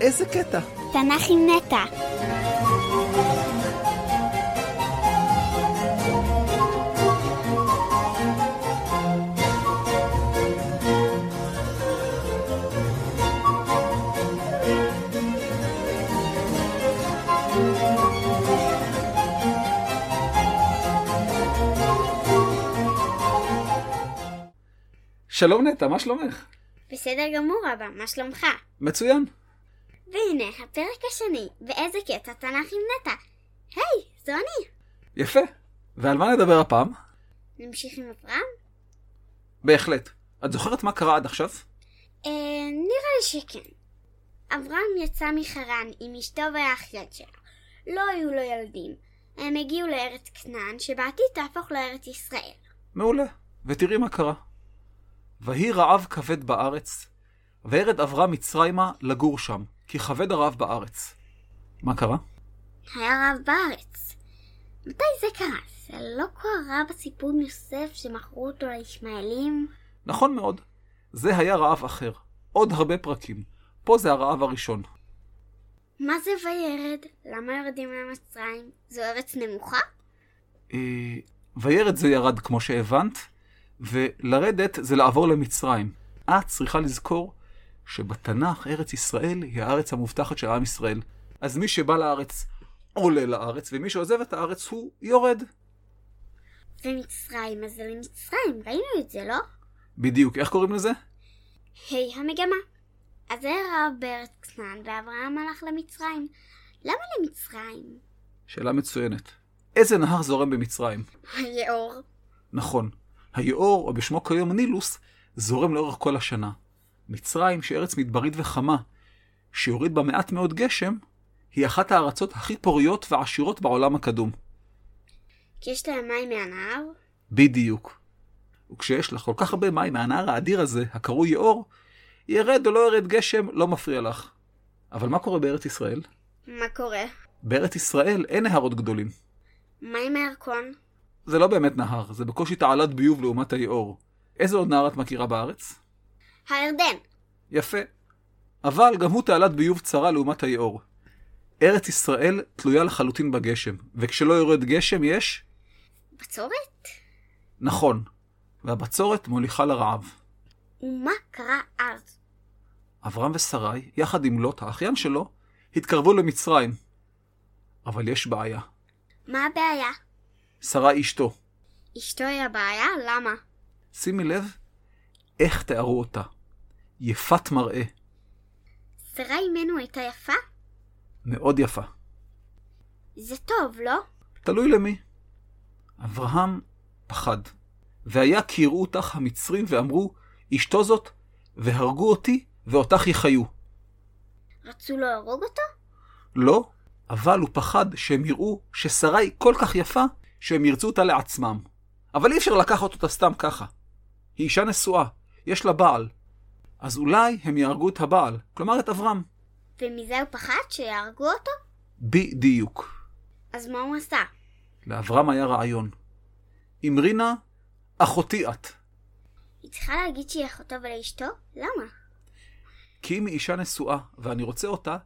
איזה קטע. תנ"ך עם נטע. שלום נטע, מה שלומך? בסדר גמור, אבא, מה שלומך? מצוין. והנה הפרק השני, באיזה קטע תנ"ך עם נטע. היי, זו אני. יפה. ועל מה נדבר הפעם? נמשיך עם אברהם? בהחלט. את זוכרת מה קרה עד עכשיו? אה, נראה לי שכן. אברהם יצא מחרן עם אשתו והאחיין שלה. לא היו לו ילדים. הם הגיעו לארץ כנען, שבעתיד תהפוך לארץ ישראל. מעולה. ותראי מה קרה. ויהי רעב כבד בארץ, וירד אברהם מצרימה לגור שם, כי כבד הרעב בארץ. מה קרה? היה רב בארץ. מתי זה קרה? זה לא קרה בסיפור עם יוסף שמכרו אותו לישמעאלים? נכון מאוד. זה היה רעב אחר. עוד הרבה פרקים. פה זה הרעב הראשון. מה זה וירד? למה יורדים למצרים? זו ארץ נמוכה? אה, וירד זה ירד, כמו שהבנת, ולרדת זה לעבור למצרים. את צריכה לזכור שבתנ"ך ארץ ישראל היא הארץ המובטחת של עם ישראל. אז מי שבא לארץ עולה לארץ, ומי שעוזב את הארץ הוא יורד. ומצרים, אז זה למצרים, ראינו את זה, לא? בדיוק, איך קוראים לזה? היי המגמה. אז היה רב בארץ כנען, ואברהם הלך למצרים. למה למצרים? שאלה מצוינת. איזה נהר זורם במצרים? היאור. נכון, היאור, או בשמו כיום נילוס, זורם לאורך כל השנה. מצרים, שארץ מדברית וחמה, שיורד בה מעט מאוד גשם, היא אחת הארצות הכי פוריות ועשירות בעולם הקדום. כי יש להם מים מהנהר? בדיוק. וכשיש לך כל כך הרבה מים מהנהר האדיר הזה, הקרוי יאור, ירד או לא ירד גשם, לא מפריע לך. אבל מה קורה בארץ ישראל? מה קורה? בארץ ישראל אין נהרות גדולים. מה עם הירקון? זה לא באמת נהר, זה בקושי תעלת ביוב לעומת היאור. איזה עוד נהר את מכירה בארץ? הירדן. יפה. אבל גם הוא תעלת ביוב צרה לעומת היאור. ארץ ישראל תלויה לחלוטין בגשם, וכשלא יורד גשם יש, בצורת? נכון, והבצורת מוליכה לרעב. ומה קרה אז? אברהם ושרי, יחד עם לוט, האחיין שלו, התקרבו למצרים. אבל יש בעיה. מה הבעיה? שרי אשתו, אשתו היא הבעיה? למה? שימי לב איך תיארו אותה. יפת מראה, שרה אימנו הייתה יפה? מאוד יפה. זה טוב, לא? תלוי למי. אברהם פחד. והיה כי יראו אותך המצרים ואמרו, אשתו זאת, והרגו אותי, ואותך יחיו. רצו להרוג אותו? לא, אבל הוא פחד שהם יראו ששרה היא כל כך יפה, שהם ירצו אותה לעצמם. אבל אי אפשר לקחת אותה סתם ככה. היא אישה נשואה, יש לה בעל. אז אולי הם יהרגו את הבעל, כלומר את אברהם. ומזה הוא פחד שיהרגו אותו? בדיוק. אז מה הוא עשה? לאברהם היה רעיון. אמרינה, אחותי את. היא צריכה להגיד שהיא אחותו ולאשתו? למה? כי אם היא אישה נשואה ואני רוצה אותה,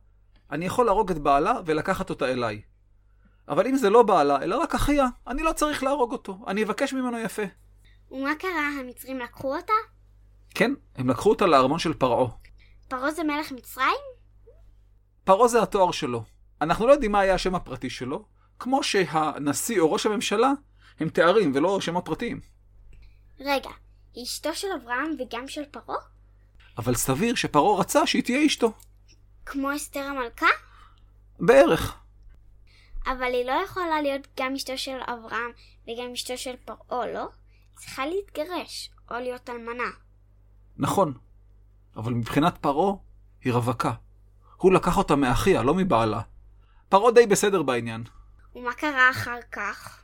אני יכול להרוג את בעלה ולקחת אותה אליי. אבל אם זה לא בעלה, אלא רק אחיה, אני לא צריך להרוג אותו, אני אבקש ממנו יפה. ומה קרה? המצרים לקחו אותה? כן, הם לקחו אותה לארמון של פרעה. פרעה זה מלך מצרים? פרעה זה התואר שלו. אנחנו לא יודעים מה היה השם הפרטי שלו, כמו שהנשיא או ראש הממשלה הם תארים ולא שם הפרטיים. רגע, היא אשתו של אברהם וגם של פרעה? אבל סביר שפרעה רצה שהיא תהיה אשתו. כמו אסתר המלכה? בערך. אבל היא לא יכולה להיות גם אשתו של אברהם וגם אשתו של פרעה, לא? צריכה להתגרש, או להיות אלמנה. נכון. אבל מבחינת פרעה, היא רווקה. הוא לקח אותה מאחיה, לא מבעלה. פרעה די בסדר בעניין. ומה קרה אחר כך?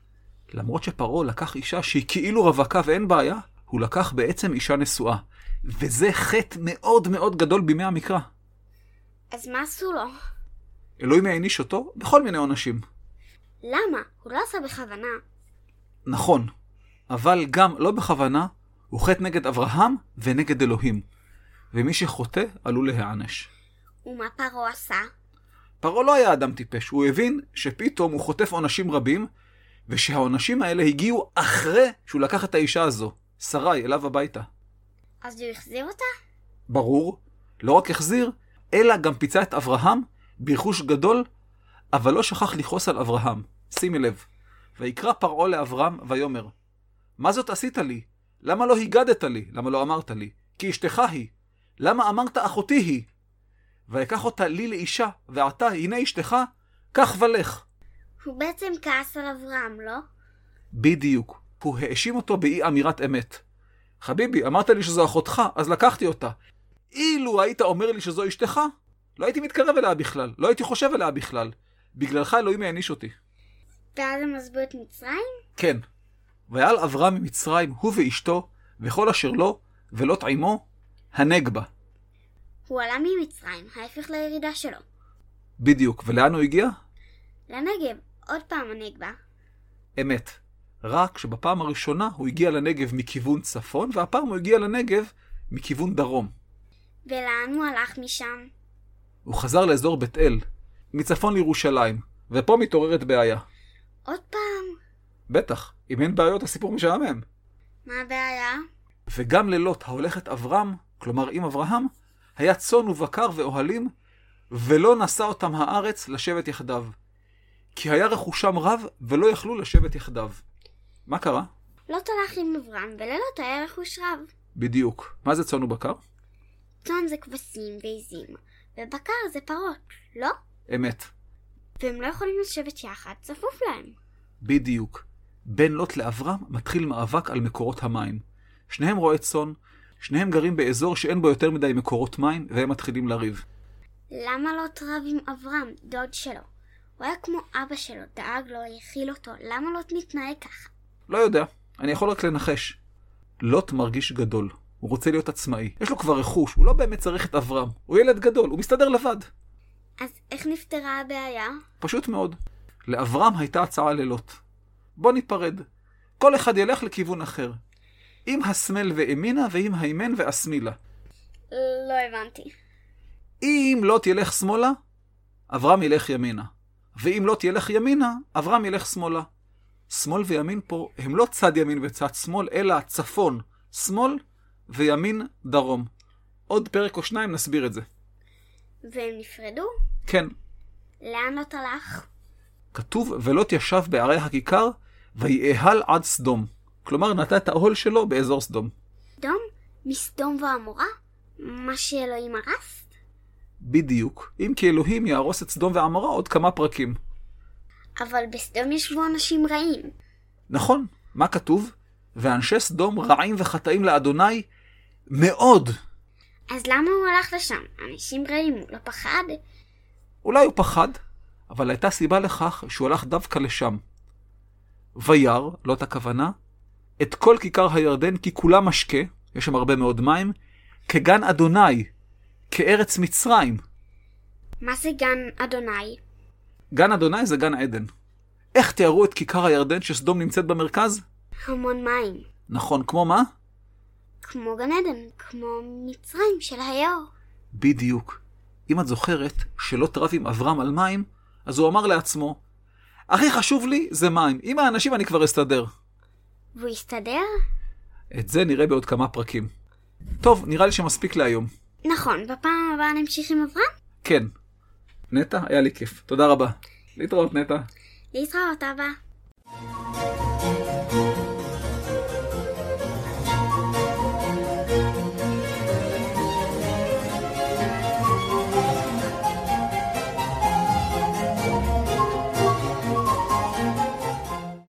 למרות שפרעה לקח אישה שהיא כאילו רווקה ואין בעיה, הוא לקח בעצם אישה נשואה. וזה חטא מאוד מאוד גדול בימי המקרא. אז מה עשו לו? אלוהים העניש אותו בכל מיני עונשים. למה? הוא לא עשה בכוונה. נכון, אבל גם לא בכוונה, הוא חטא נגד אברהם ונגד אלוהים. ומי שחוטא עלול להיענש. ומה פרעה עשה? פרעה לא היה אדם טיפש, הוא הבין שפתאום הוא חוטף עונשים רבים, ושהעונשים האלה הגיעו אחרי שהוא לקח את האישה הזו, שרי, אליו הביתה. אז הוא החזיר אותה? ברור, לא רק החזיר, אלא גם פיצה את אברהם ברכוש גדול, אבל לא שכח לכעוס על אברהם. שימי לב. ויקרא פרעה לאברהם ויאמר, מה זאת עשית לי? למה לא הגדת לי? למה לא אמרת לי? כי אשתך היא. למה אמרת אחותי היא? ויקח אותה לי לאישה, ועתה הנה אשתך, קח ולך. הוא בעצם כעס על אברהם, לא? בדיוק. הוא האשים אותו באי אמירת אמת. חביבי, אמרת לי שזו אחותך, אז לקחתי אותה. אילו היית אומר לי שזו אשתך, לא הייתי מתקרב אליה בכלל, לא הייתי חושב אליה בכלל. בגללך אלוהים העניש אותי. ואז הם עזבו את מצרים? כן. ויעל אברהם ממצרים, הוא ואשתו, וכל אשר לו, ולוט עמו, הנגבה. הוא עלה ממצרים, ההפך לירידה שלו. בדיוק. ולאן הוא הגיע? לנגב, עוד פעם הנגבה. אמת. רק שבפעם הראשונה הוא הגיע לנגב מכיוון צפון, והפעם הוא הגיע לנגב מכיוון דרום. ולאן הוא הלך משם? הוא חזר לאזור בית אל, מצפון לירושלים, ופה מתעוררת בעיה. עוד פעם? בטח, אם אין בעיות הסיפור משעמם. מה הבעיה? וגם ללוט ההולכת אברהם, כלומר עם אברהם, היה צאן ובקר ואוהלים, ולא נשא אותם הארץ לשבת יחדיו. כי היה רכושם רב, ולא יכלו לשבת יחדיו. מה קרה? לוט הלך לא עם אברהם, וללוט היה רכוש רב. בדיוק. מה זה צאן ובקר? צאן זה כבשים ועיזים, ובקר זה פרות, לא? אמת. והם לא יכולים לשבת יחד, צפוף להם. בדיוק. בין לוט לאברהם מתחיל מאבק על מקורות המים. שניהם רועי צאן, שניהם גרים באזור שאין בו יותר מדי מקורות מים, והם מתחילים לריב. למה לוט רב עם אברהם, דוד שלו? הוא היה כמו אבא שלו, דאג לו, האכיל אותו, למה לוט מתנהג ככה? לא יודע, אני יכול רק לנחש. לוט מרגיש גדול, הוא רוצה להיות עצמאי. יש לו כבר רכוש, הוא לא באמת צריך את אברהם. הוא ילד גדול, הוא מסתדר לבד. אז איך נפתרה הבעיה? פשוט מאוד. לאברהם הייתה הצעה ללוט. בוא ניפרד. כל אחד ילך לכיוון אחר. אם השמאל ואימינה, ואם הימן ואשמילה. לא הבנתי. אם לוט ילך שמאלה, אברהם ילך ימינה. ואם לוט ילך ימינה, אברהם ילך שמאלה. שמאל וימין פה הם לא צד ימין וצד שמאל, אלא צפון, שמאל וימין, דרום. עוד פרק או שניים נסביר את זה. והם נפרדו? כן, לאן לא לוט הלך? כתוב, ולוט ישב בערי הכיכר, ויאהל עד סדום. כלומר, נטע את האוהל שלו באזור סדום. סדום? מסדום ועמורה? מה שאלוהים הרס? בדיוק. אם כי אלוהים יהרוס את סדום ועמורה עוד כמה פרקים. אבל בסדום ישבו אנשים רעים. נכון, מה כתוב? ואנשי סדום רעים וחטאים לאדוני מאוד. אז למה הוא הלך לשם? אנשים רעים, הוא לא פחד? אולי הוא פחד, אבל הייתה סיבה לכך שהוא הלך דווקא לשם. וירא, לא את הכוונה, את כל כיכר הירדן כי כולה משקה, יש שם הרבה מאוד מים, כגן אדוני, כארץ מצרים. מה זה גן אדוני? גן אדוני זה גן עדן. איך תיארו את כיכר הירדן שסדום נמצאת במרכז? המון מים. נכון, כמו מה? כמו גן עדן, כמו מצרים של היאור. בדיוק. אם את זוכרת שלא תרב עם אברהם על מים, אז הוא אמר לעצמו, הכי חשוב לי זה מים, עם האנשים אני כבר אסתדר. והוא הסתדר? את זה נראה בעוד כמה פרקים. טוב, נראה לי שמספיק להיום. נכון, בפעם הבאה נמשיך עם אברהם? כן. נטע, היה לי כיף. תודה רבה. להתראות, נטע. להתראות, אבא.